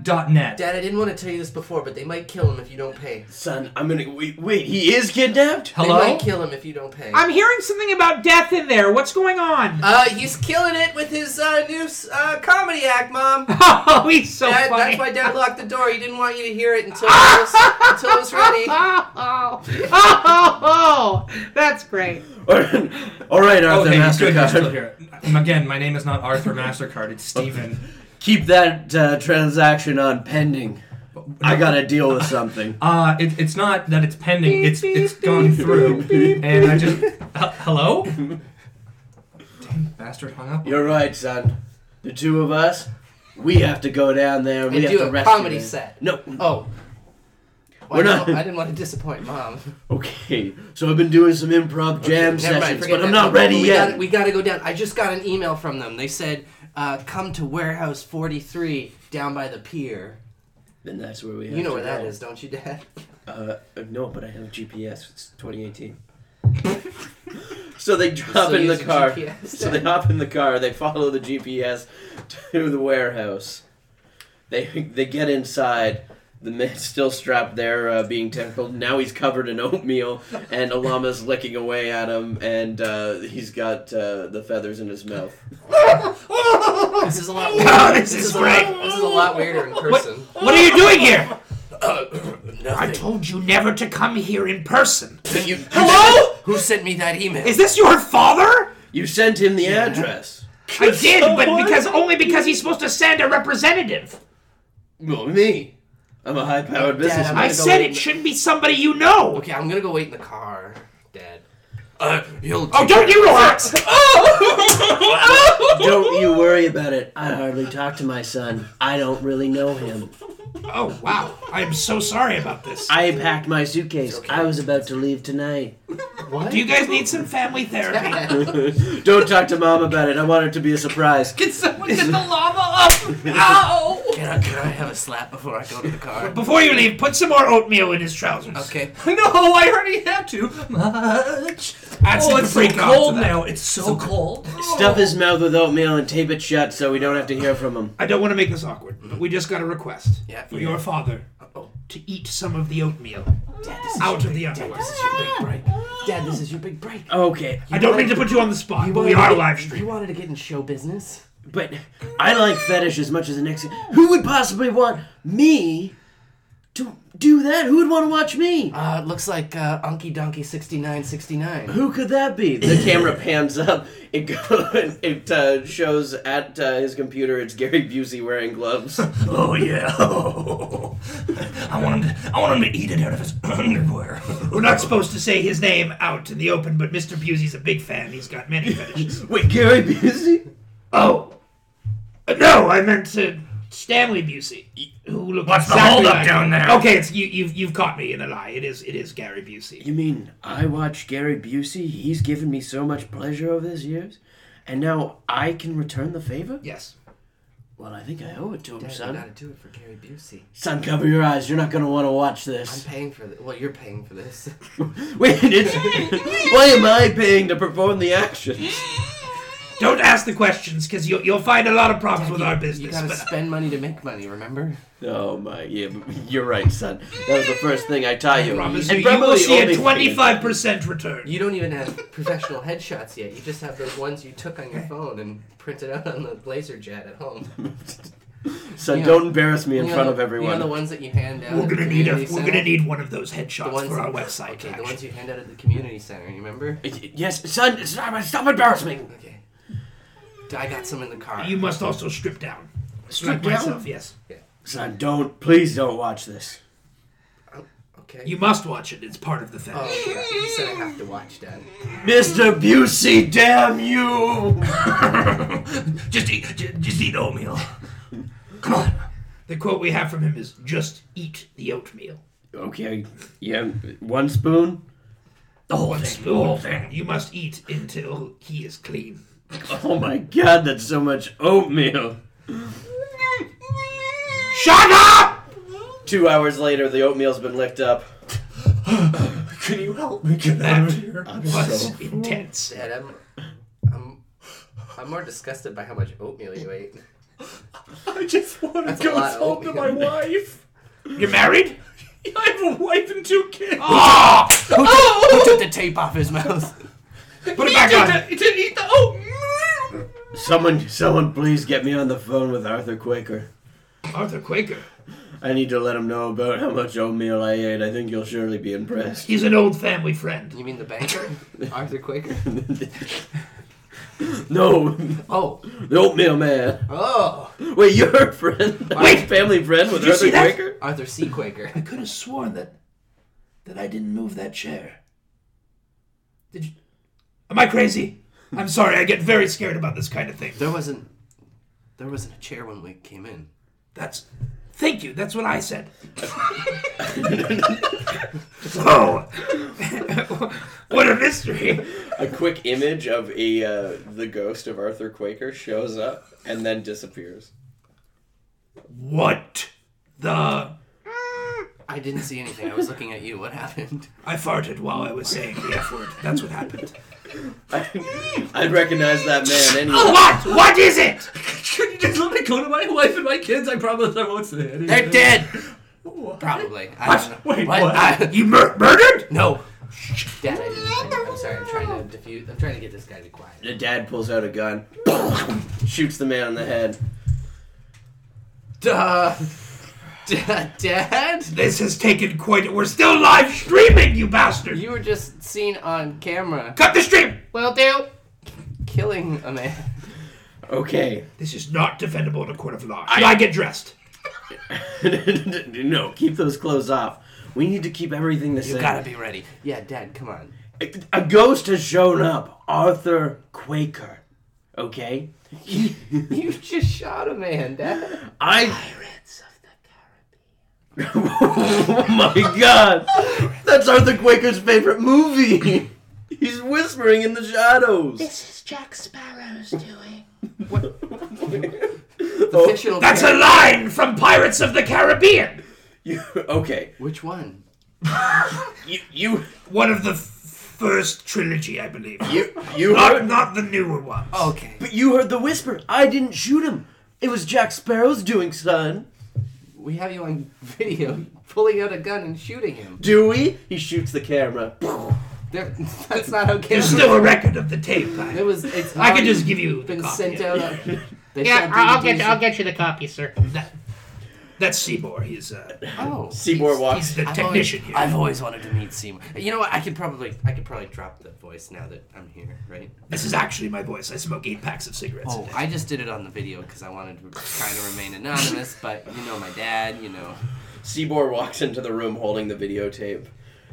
E: might
C: net.
E: Dad, I didn't want to tell you this before, but they might kill him if you don't pay.
B: Son, I'm gonna. Wait, wait he is kidnapped?
C: Hello.
E: They might kill him if you don't pay.
D: I'm hearing something about death in there. What's going on?
E: uh, he's killing it with his uh, new s- uh, comedy act, Mom.
D: Oh, he's so
E: Dad,
D: funny.
E: that's why Dad locked the door. He didn't want you to hear it until it was, until it was ready.
D: Oh, oh, oh, oh, that's great.
B: All right, Arthur
C: Okay, Oh, good. You're still
B: Mastercard.
C: here. Um, Again, my name is not Arthur Mastercard. It's Steven.
B: Keep that uh, transaction on pending. I gotta deal with something.
C: Uh, it, it's not that it's pending. It's it's gone through, and I just H- hello. Damn bastard hung up.
B: You're right, son. The two of us, we have to go down there and we
E: And
B: have
E: do
B: to
E: a
B: rescue
E: comedy
B: him.
E: set.
B: No,
E: Oh. Well,
B: We're
E: I,
B: not-
E: didn't, I didn't want to disappoint Mom.
B: Okay, so I've been doing some improv jam
E: Never mind,
B: sessions,
E: forget
B: but I'm
E: that.
B: not ready
E: we
B: yet.
E: Gotta, we got to go down. I just got an email from them. They said, uh, come to Warehouse 43 down by the pier.
B: Then that's where we.
E: You know where that is, don't you, Dad?
B: Uh, no, but I have GPS. It's 2018. so they drop
E: So
B: in the
E: use your
B: car.
E: GPS.
B: So they hop in the car. They follow the GPS to the warehouse. They they get inside. The man's still strapped there, uh, being tackled. Now he's covered in oatmeal, and a llama's licking away at him, and uh, he's got uh, the feathers in his mouth.
E: This is a lot. Weirder.
D: Oh, this is
E: a
D: great.
E: lot, this is a lot weirder in person.
D: What are you doing here? I
E: Nothing.
D: told you never to come here in person.
B: But you,
D: Hello?
E: Who sent me that email?
D: Is this your father?
B: you sent him the address.
D: I did, but because only because he's supposed to send a representative.
B: Well, me. I'm a high powered
E: Dad,
B: businessman.
E: I'm
D: I
E: gonna go
D: said
E: in-
D: it shouldn't be somebody you know.
E: Okay, I'm gonna go wait in the car, Dad. Uh, he'll.
D: Oh, don't you Oh! relax.
B: Don't you worry about it. I hardly talk to my son. I don't really know him.
D: Oh, wow. I'm so sorry about this.
B: I packed my suitcase. I was about to leave tonight.
E: What?
D: Do you guys need some family therapy?
B: Don't talk to mom about it. I want it to be a surprise.
D: Can someone get the llama up? Ow!
E: Can I, can I have a slap before I go to the car?
D: Before you leave, put some more oatmeal in his trousers.
E: Okay.
C: No, I already had too much.
D: Add some
C: oh, it's so
D: paprika
C: cold
D: onto that.
C: now. It's so, cold.
B: Stuff his mouth with oatmeal and tape it shut so we don't have to hear from him.
D: I don't want to make this awkward, but we just got a request
E: Yeah.
D: for your father
E: Oh,
D: to eat some of the oatmeal
E: Dad, this is
D: out
E: your
D: of the
E: big, Dad,
D: underwear.
E: this is your big break. Dad, this is your big break.
B: Okay.
D: I don't mean to put you on the spot, but we
E: wanted
D: are
E: to get-
D: live
E: You
D: streaming.
E: wanted to get in show business.
B: But I like fetish as much as the next. guy. Who would possibly want me to do that? Who would want to watch me?
E: Uh, it looks like uh, Unky Donkey 6969.
B: Who could that be? The camera pans up. It goes. It uh, shows at uh, his computer. It's Gary Busey wearing gloves.
C: Oh yeah. I want him to. I want him to eat it out of his underwear.
D: We're not supposed to say his name out in the open, but Mr. Busey's a big fan. He's got many fetishes.
B: Wait, Gary Busey?
D: oh, no, I meant to Stanley Busey. Who looked
C: What's the
D: exactly
C: holdup
D: like-
C: down there?
D: Okay, it's you. You've you've caught me in a lie. It is it is Gary Busey.
B: You mean I watch Gary Busey? He's given me so much pleasure over these years, and now I can return the favor?
D: Yes.
B: Well, I think I owe it to him,
E: Dad, you
B: son.
E: gotta do it for Gary Busey.
B: Son, cover your eyes. You're not gonna want to watch
E: I'm
B: this.
E: paying for this. Well, you're paying for this.
B: Wait, it's why am I paying to perform the actions?
D: Don't ask the questions because you'll you'll find a lot of problems with
E: You-
D: our
E: You
D: business.
E: gotta
D: but-
E: spend money to make money, remember?
B: Oh my, yeah, you're right, son. That was the first thing I taught you.
D: promise
B: And
D: you, you will
B: probably
D: see a
B: only-
D: twenty-five percent return.
E: You don't even have professional headshots yet. You just have those ones you took on your phone and printed out on the laser jet at home.
B: Son,
E: Yeah.
B: don't embarrass me in
E: You know
B: front
E: the-
B: of everyone.
E: You know the ones that you hand out.
D: We're
E: at the
D: gonna need a,
E: community
D: we're
E: center?
D: gonna need one of those
E: the
D: headshots
E: ones
D: for our
E: that-
D: website.
E: Okay, the
D: actually.
E: ones you hand out at the community center. You remember?
B: Yes, son, stop, stop embarrassing me.
E: Okay. I got some in the car.
D: You must also strip down.
B: Strip
D: like
B: down?
D: myself, yes.
B: Son, don't, please don't watch this.
E: okay.
D: You must watch it. It's part of the fetish.
E: Oh, yeah. You said I have to watch, Dad.
B: Mr. Busey, damn you!
C: just eat. ju- Just eat oatmeal. Come on.
D: The quote we have from him is just eat the oatmeal.
B: Okay, yeah, one spoon?
C: The whole
D: One
C: thing. The
D: spoon.
C: whole thing.
D: You must eat until he is clean.
B: Oh my god, that's so much oatmeal.
D: Shut up!
B: Two hours later, the oatmeal's been licked up.
C: Can you help me get that out of here?
D: Was intense.
E: Dad, I'm, I'm, I'm more disgusted by how much oatmeal you ate.
C: I just want to
E: That's a
C: go
E: lot of
C: talk to my
E: oatmeal.
C: wife.
D: You're married?
C: I have a wife and two kids.
D: Oh!
E: Who took the tape off his mouth?
D: Put Oh! it back on.
C: To, to eat the oatmeal.
B: Someone, someone, please get me on the phone with Arthur Quaker.
D: Arthur Quaker.
B: I need to let him know about how much oatmeal I ate. I think you'll surely be impressed.
D: He's an old family friend.
E: You mean the banker? Arthur Quaker?
B: No,
E: Oh.
B: the oatmeal man.
E: Oh.
B: Wait, you're a friend?
D: Wait!
B: family friend with
D: Did you
B: Arthur
D: see that?
B: Quaker?
E: Arthur C. Quaker.
D: I could have sworn that that I didn't move that chair. Did you? Am I crazy? I'm sorry. I get very scared about this kind of thing.
E: There wasn't, there wasn't a chair when we came in.
D: That's. Thank you. That's what I said. oh, what a mystery!
B: A quick image of a uh, the ghost of Arthur Quaker shows up and then disappears.
D: What the?
E: I didn't see anything. I was looking at you. What happened?
D: I farted while I was saying the F word. That's what happened.
B: I, I'd recognize that man anyway.
D: Oh, What? What is it?
C: Could you just let me go to my wife and my kids? I promise I won't say anything.
E: They're dead. Probably. I don't know.
C: Wait,
E: What?
C: what?
E: I-
D: You mur- murdered?
E: no. Dad, I didn't. I, I'm sorry. I'm trying to diffuse. I'm trying to get this guy to be quiet.
B: The dad pulls out a gun, shoots the man in the head.
E: Duh. Dad, Dad,
D: This has taken quite. We're still live streaming, you bastard!
E: you were just seen on camera.
D: Cut the stream.
E: Well, do killing a man.
B: Okay.
D: This is not defendable in a court of law. Should I, get dressed?
B: no, keep those clothes off. We need to keep everything the same.
E: Gotta be ready. Yeah, Dad, come on.
B: A ghost has shown up. Arthur Quaker. Okay?
E: You just shot a man, Dad.
B: I. oh my god! That's Arthur Quaker's favorite movie! He's whispering in the shadows.
F: This is Jack Sparrow's doing.
E: The fictional.
D: That's a
E: character.
D: line from Pirates of the Caribbean.
B: You, okay.
E: Which one?
B: You you
D: One of the f- first trilogy, I believe.
B: you you
D: Not,
B: heard,
D: not the newer ones.
E: Okay.
B: but you heard the whisper. I didn't shoot him. It was Jack Sparrow's doing, son.
E: We have you on video pulling out a gun and shooting him.
B: Dewey. He shoots the camera.
E: There, that's not how
D: There's
E: cameras.
D: still a record of the tape. I,
E: It was. It's
D: I
E: already
D: could just give you the
E: been
D: copy.
E: sent out. On, They
G: Yeah,
E: sell
G: I'll, I'll
E: DVDs
G: get I'll get you the copy, sir.
D: That's Seymour. He's uh,
E: Oh,
B: Seymour
D: he's
B: walks.
D: the
E: I've always,
D: technician here.
E: I've always wanted to meet Seymour. You know what? I could probably, I could probably drop the voice now that I'm here, right?
D: This is actually my voice. I smoke eight packs of cigarettes.
E: Oh, I just did it on the video because I wanted to kind of remain anonymous, but you know, my dad, you know.
B: Seymour walks into the room holding the videotape.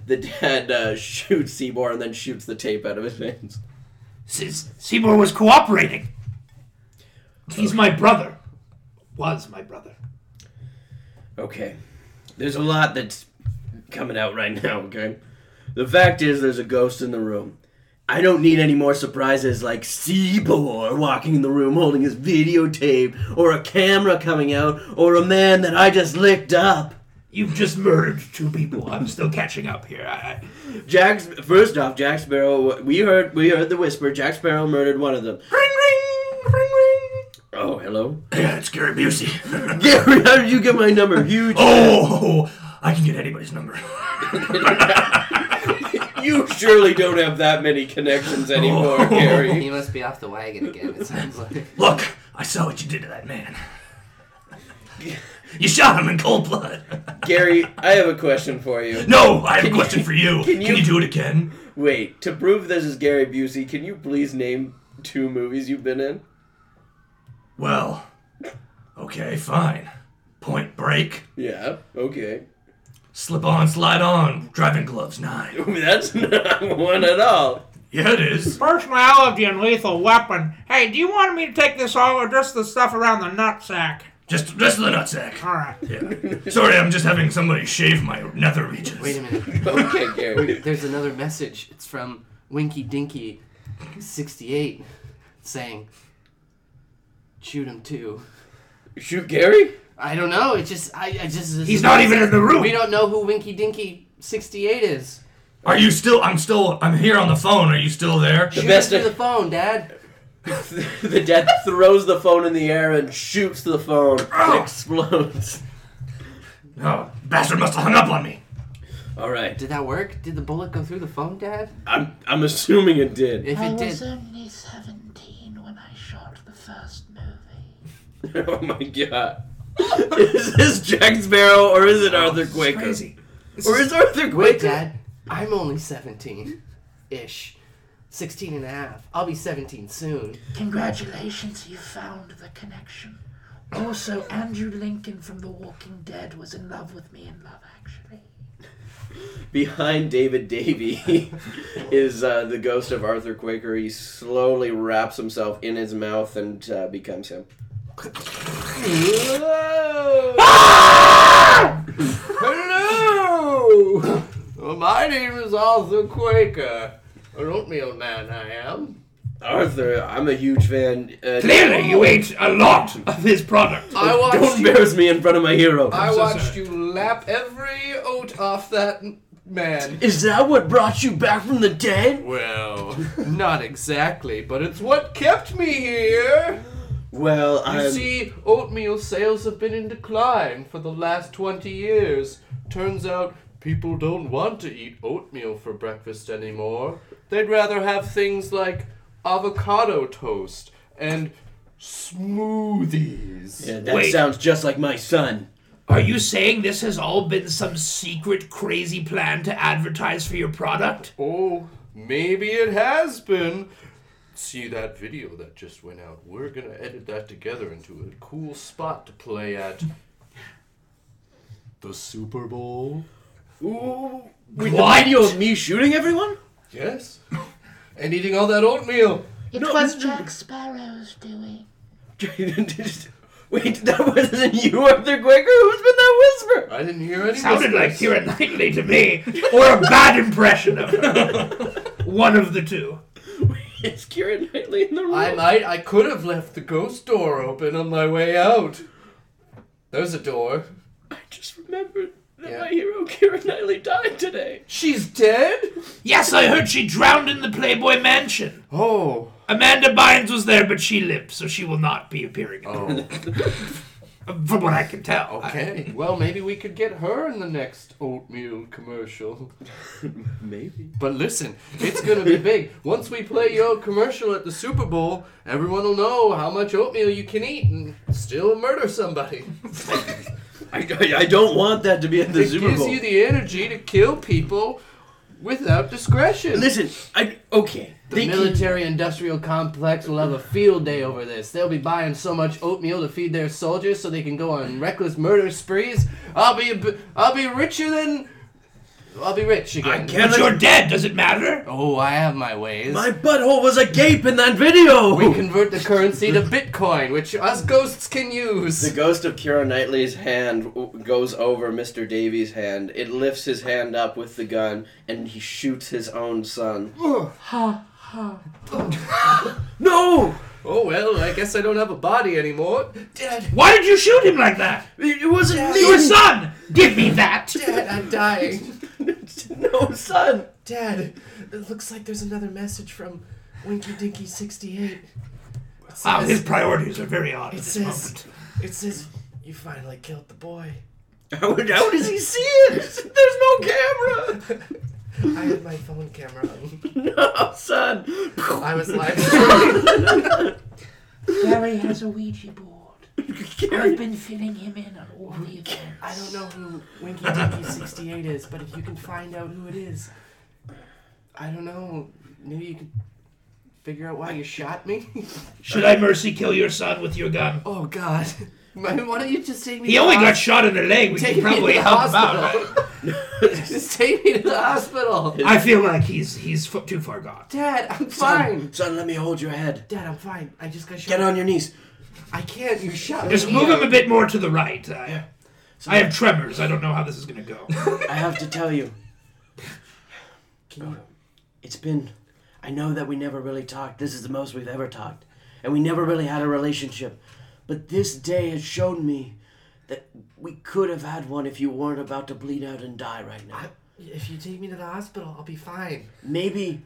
B: The dad uh, shoots Seymour and then shoots the tape out of his hands.
D: Since Seymour was cooperating. He's my brother. Was my brother.
B: Okay. There's a lot that's coming out right now, okay? The fact is, there's a ghost in the room. I don't need any more surprises like Seabor walking in the room holding his videotape, or a camera coming out, or a man that I just licked up.
D: You've just murdered two people. I'm still catching up here. I,
B: Jack's first off, Jack Sparrow. We heard we heard the whisper. Jack Sparrow murdered one of them.
D: Ring, ring, ring, ring.
B: Oh, hello,
D: Yeah, it's Gary Busey.
B: Gary. How did you get my number? Huge.
D: oh, I can get anybody's number.
B: you surely don't have that many connections anymore,
D: Oh.
B: Gary.
E: He must be off the wagon again, it sounds like.
D: Look, I saw what you did to that man. You shot him in cold blood.
B: Gary, I have a question for you.
D: No, I have a question for you.
B: can you-
D: do it again?
B: Wait, to prove this is Gary Busey, can you please name two movies you've been in?
D: Well, okay, fine. Point break.
B: Yeah. Okay.
D: Slip on, slide on. Driving gloves nine.
B: That's not one at all.
D: Yeah, it is.
G: Personality and lethal weapon. Hey, do you want me to take this all or just the stuff around the nutsack?
D: Just, just the nutsack.
G: All right.
D: Yeah. Sorry, I'm just having somebody shave my nether regions.
E: Wait a minute.
B: Okay, Gary.
E: There's another message. It's from Winky Dinky 68 saying, shoot him too.
B: Shoot, Gary.
E: I don't know. It just, I, I just.
D: He's not even in the room.
E: We don't know who Winky Dinky 68 is.
D: Are you still? I'm still. I'm here on the phone. Are you still there?
B: The
E: Shoot
B: best.
E: him through the phone, Dad.
B: the dad throws the phone in the air and shoots the phone. It explodes.
D: No, bastard must have hung up on me.
B: All right.
E: Did that work? Did the bullet go through the phone, Dad?
B: I'm I'm assuming it did.
E: If
F: I
E: it
F: was
E: did,
F: only 17 when I shot the first movie.
B: oh my god. is this Jack Sparrow or is it Arthur Quaker?
A: Crazy.
B: Or is Arthur Quaker?
E: wait, Dad, I'm only 17 ish. 16 and a half. I'll be 17 soon.
F: Congratulations, you found the connection. Also, Andrew Lincoln from The Walking Dead was in love with me in Love Actually.
B: Behind David Davy is uh, the ghost of Arthur Quaker. He slowly wraps himself in his mouth and uh, becomes him.
E: Hello! Well, my name is Arthur Quaker. An oatmeal man, I am.
B: Arthur, I'm a huge fan. Uh,
D: Clearly, you ate a lot of his product.
E: I
B: Don't
E: watched you,
B: embarrass me in front of my hero.
E: I watched you lap every oat off that n- man.
B: Is that what brought you back from the dead?
E: Well, not exactly, but it's what kept me here.
B: Well,
E: You
B: I'm.
E: see, oatmeal sales have been in decline for the last 20 years. Turns out people don't want to eat oatmeal for breakfast anymore. They'd rather have things like avocado toast and smoothies.
B: Yeah, that
D: Wait.
B: sounds just like my son.
D: Are you saying this has all been some secret crazy plan to advertise for your product?
E: Oh, maybe it has been. See that video that just went out? We're gonna edit that together into a cool spot to play at the Super Bowl.
B: Ooh, wait,
D: What?
B: the video of me shooting everyone?
E: Yes. and eating all that oatmeal.
F: It
B: No,
F: was
B: no,
F: Jack Sparrow's doing.
B: wait, that wasn't you, Arthur Quaker? Who's been that whisper?
E: I didn't hear any.
D: Sounded like Kira Knightley to me, or a bad impression of her. One of the two.
B: It's Kieran Knightley in the room.
E: I might. I could have left the ghost door open on my way out. There's a door.
B: I just remembered that
E: Yeah.
B: my hero Kieran Knightley died today.
E: She's dead.
D: Yes, I heard she drowned in the Playboy Mansion.
E: Oh.
D: Amanda Bynes was there, but she lived, so she will not be appearing.
E: Oh.
D: from what I can tell.
E: Okay, well, maybe we could get her in the next oatmeal commercial.
B: Maybe.
E: But listen, it's going to be big. Once we play your commercial at the Super Bowl, everyone will know how much oatmeal you can eat and still murder somebody.
B: I, I, I don't want that to be at the
E: it
B: Super
E: gives
B: Bowl.
E: you the energy to kill people without discretion.
B: Listen, I okay.
E: the
B: they keep-
E: military-industrial complex will have a field day over this. They'll be buying so much oatmeal to feed their soldiers, so they can go on reckless murder sprees. I'll be, I'll be richer than, I'll be rich again.
B: I can't.
D: You're dead, does it matter?
E: Oh, I have my ways.
B: My butthole was agape in that video.
E: we convert the currency to Bitcoin, which us ghosts can
B: The
E: use.
B: ghost of Kira Knightley's hand w- goes over Mr. Davies' hand. It lifts his hand up with the gun, and he shoots his own son. no!
E: Oh well, I guess I don't have a body anymore. Dad,
D: Why did you shoot him like that?
B: It it wasn't me!
D: Your son! Give me that!
E: Dad, I'm dying.
B: no, son!
E: Dad, it looks like there's another message from Winky Dinky 68. It
D: Wow, his
E: says,
D: priorities are very odd at
E: it
D: this
E: says,
D: moment.
E: it says, you finally killed the boy.
B: How, how does he see it? There's no camera!
E: I had my phone camera on.
B: No, son!
E: I was like,
F: Barry has a Ouija board. I've been filling him in on all the events.
E: I don't know who Winky Dinky 68 is, but if you can find out who it is, I don't know. Maybe you could figure out why you shot me?
D: Should I mercy kill your son with your gun?
E: oh, God. Why why don't you just take me
D: He
E: to
D: only
E: the
D: got
E: hos-
D: shot in the leg. We
E: Take
D: can probably
E: me to the
D: help him out.
E: hospital. just take me to the hospital.
D: I feel like he's he's f- too far gone.
E: Dad, I'm
B: Son,
E: fine.
B: son, let me hold your head.
E: Dad, I'm fine. I just got shot.
B: Get on your knees.
E: I can't. You shot
D: Just
E: me.
D: move him a bit more to the right. I, I have tremors. I don't know how this is gonna go.
B: I have to tell you. It's been. I know that we never really talked. This is the most we've ever talked. And we never really had a relationship. But this day has shown me that we could have had one if you weren't about to bleed out and die right now.
E: If you take me to the hospital, I'll be fine.
B: Maybe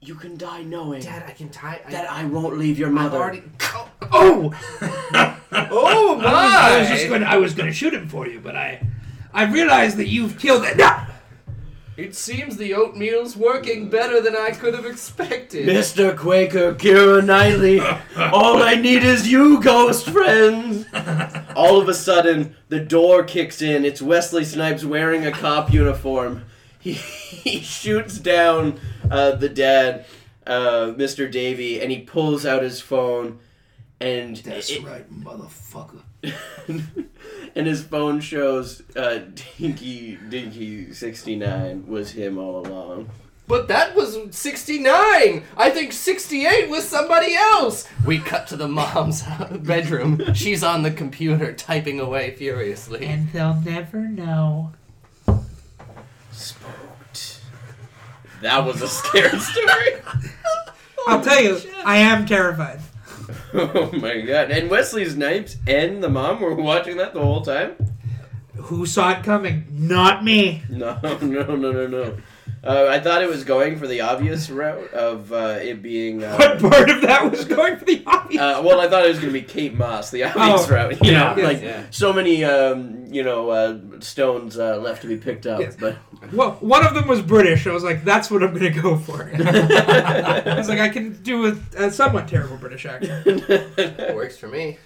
B: you can die knowing
E: Dad, I can tie. I,
B: that I won't leave your
E: I've
B: mother.
E: already. Oh,
D: Oh!
E: oh my!
D: I was just gonna I was gonna shoot him for you, but I I realized that you've killed it. No!
E: It seems the oatmeal's working better than I could have expected.
B: Mr. Quaker, Kira Knightley, all I need is you, ghost friends. all of a sudden, the door kicks in. It's Wesley Snipes wearing a cop uniform. He, he shoots down uh, the dad, uh, Mr. Davy, and he pulls out his phone. And it-
D: right, motherfucker.
B: and his phone shows uh, Dinky Dinky sixty nine was him all along.
E: But that was 69. I think 68 was somebody else. We cut to the mom's bedroom. She's on the computer typing away furiously.
G: And they'll never know.
B: Spooked. That was a scary story.
D: I'll tell you.
G: I am terrified.
B: Oh my god. And Wesley Snipes and the mom were watching that the whole time?
D: Who saw it coming?
G: Not me.
B: No, no, no, no, no. Uh, I thought it was going for the obvious route of uh, it being.
D: What
B: Uh,
D: part of that was going for the obvious?
B: uh, well, I thought it was going to be Kate Moss, the obvious
D: Oh,
B: route. You
C: yeah,
B: know,
D: yes.
B: like
E: Yeah.
B: so many, um, you know, uh, stones uh, left to be picked up.
D: Yes.
B: But
D: Well, one of them was British. I was like, that's what I'm gonna go for. I was like, I can do a, a somewhat terrible British accent.
E: That works for me.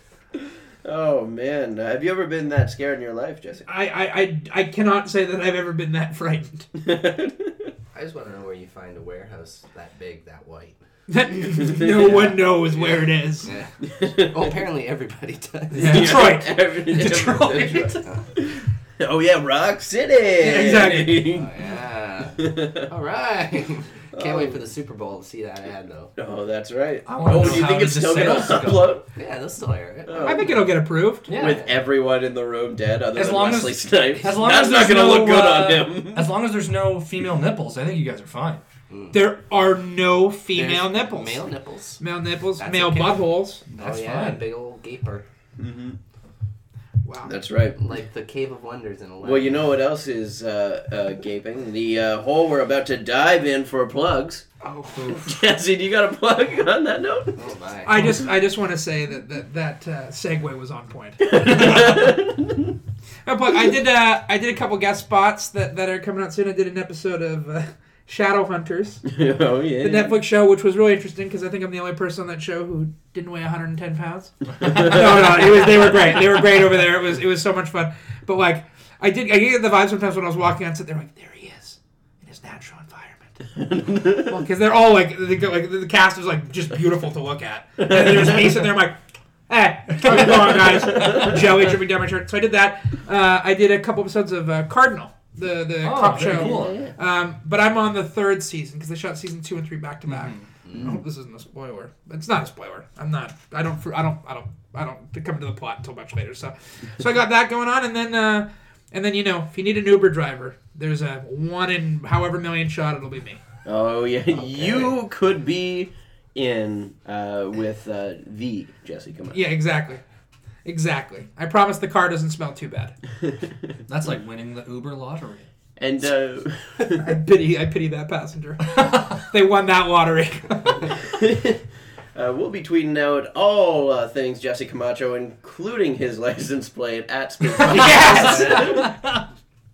B: oh man, have you ever been that scared in your life, Jesse?
D: I, I, I, I cannot say that I've ever been that frightened.
E: I just want to know where you find a warehouse that big, that white.
D: That no one knows where it is.
E: Oh, apparently everybody does.
D: Detroit.
B: Every-
D: Detroit.
B: Oh yeah, Rock City.
D: exactly.
E: Oh, yeah. Oh. All right. Can't wait for the Super Bowl to see that ad, though.
B: Oh, that's right.
C: I wanna
B: oh,
C: know
B: do you
C: how
B: think it's
C: does the
B: still gonna
C: sales go?
B: upload?
E: Yeah, they'll still air it.
B: Oh.
D: I think it'll get approved.
E: yeah.
B: with everyone in the room dead other
C: As
B: than
C: long as-
B: Wesley Snipes.
C: as long
B: That's
C: as
B: not
C: there's
B: gonna
C: no,
B: look good
C: uh,
B: on him.
C: As long as there's no female nipples, I think you guys are fine.
B: Oh,
D: There are no female
E: There's
D: nipples.
E: Male nipples.
D: Male nipples,
E: That's
D: male
A: Oh,
E: okay.
D: buttholes.
C: That's
E: oh, yeah,
C: fine.
E: Big old gaper.
D: Wow.
B: That's right.
E: Like the Cave of Wonders in a way.
B: Well, you know what else is uh, uh, gaping? The uh, hole we're about to dive in for plugs.
D: Oh.
B: Jesse, do you got a plug on that note?
E: Oh my.
D: I just I just want to say that that that uh, segue was on point. Uh, but I did uh, I did a couple guest spots that, that are coming out soon. I did an episode of uh, Shadow Hunters,
B: oh yeah.
D: the Netflix show, which was really interesting because I think I'm the only person on that show who didn't weigh 110 pounds. no, no, it was they were great. They were great over there. It was it was so much fun. But like I did I did get the vibe sometimes when I was walking on set. They're like, there he is in his natural environment. Well, because they're all like the, like the cast is like just beautiful to look at. And there's me sitting there, I'm like, eh, how's it going, guys? Joey dripping down my shirt. So I did that. Uh, I did a couple episodes of uh, Cardinal, the the
C: Oh,
D: cop
C: very
D: show.
C: cool.
D: Um, but I'm on the third season because they shot season two and three back to back.
C: Mm-hmm.
D: I hope this isn't a spoiler. It's not a spoiler. I'm not. I don't. I don't. I don't. I don't come to the plot until much later. So, so I got that going on, and then, uh, and then you know, if you need an Uber driver, there's a one in however million shot it'll be me.
B: Oh yeah. You could be in uh, with uh, the Jesse. Come on.
D: Yeah, exactly. Exactly. I promise the car doesn't smell too bad.
C: That's like winning the Uber lottery.
B: And uh,
D: I pity I pity that passenger. they won that lottery.
B: uh, we'll be tweeting out all uh, things Jesse Camacho, including his license plate at Spin.
D: Yes!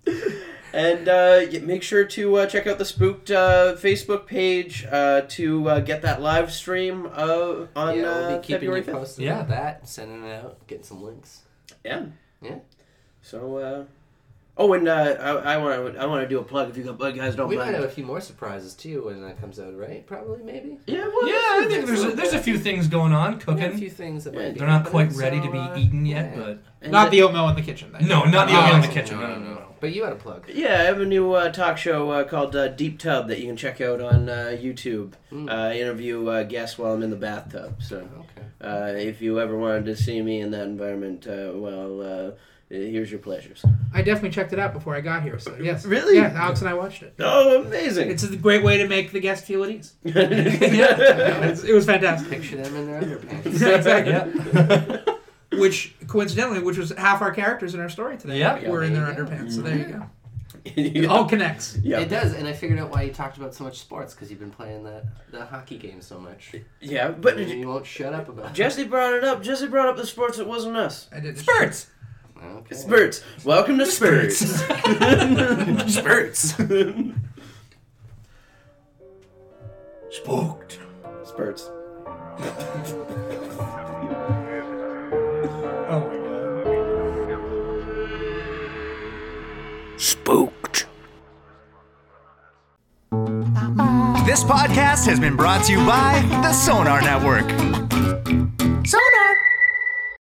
B: And uh, y- make sure to uh, check out the Spooked uh, Facebook page uh, to uh, get that live stream uh, on
E: yeah,
B: uh,
E: we'll be keeping
B: February
E: you
B: 5th.
E: posted
C: Yeah.
E: about that, sending it out, getting some links.
B: Yeah.
E: Yeah.
B: So, uh, oh, and uh, I want to I want to do a plug. If you got plug, guys, don't
E: We might
B: mind.
E: have a few more surprises too when that comes out, right? Probably, maybe.
B: Yeah, well,
C: Yeah, I think there's a, there's a few things going on
E: We got a
C: cooking.
E: few things that
B: Yeah,
E: might be
C: They're not
E: happening,
C: quite ready to
E: so, uh,
C: be eaten yet,
E: yeah.
C: but
B: and
D: Not
B: the-
D: the oatmeal in the kitchen. Then. Um,
C: no, not the
E: Oh,
C: oven in the
D: no,
C: kitchen. No, no, no.
E: But you had a plug.
B: Yeah, I have a new uh, talk show uh, called uh, Deep Tub that you can check out on uh, YouTube.
E: Mm.
B: Uh, I interview uh, guests while I'm in the bathtub. So,
E: Okay.
B: uh, if you ever wanted to see me in that environment, uh, well, uh, here's your pleasures.
D: I definitely checked it out before I got here. So yes.
B: Really?
D: Yeah. Alex and I watched it.
B: Oh, amazing!
D: It's a great way to make the guest feel at ease.
B: yeah.
D: It's- it was fantastic.
E: Picture them in their underpants.
D: Yeah, exactly.
C: Yeah.
D: Which coincidentally, which was half our characters in our story today,
C: Yeah.
D: were in their
E: Yeah.
D: underpants. So there you go. It
B: yeah.
D: all connects.
E: It does, and I figured out why you talked about so much sports because you've been playing that the hockey game so much.
B: yeah, but
E: And you won't shut up about it.
B: Jesse brought it up. Jesse brought up the sports. It wasn't us.
D: I did.
C: Birds.
E: Okay.
B: Spurts. Welcome to Spurts.
C: Spurts. Spooked.
B: Spurts.
H: This podcast has been brought to you by the Sonar Network. Sonar!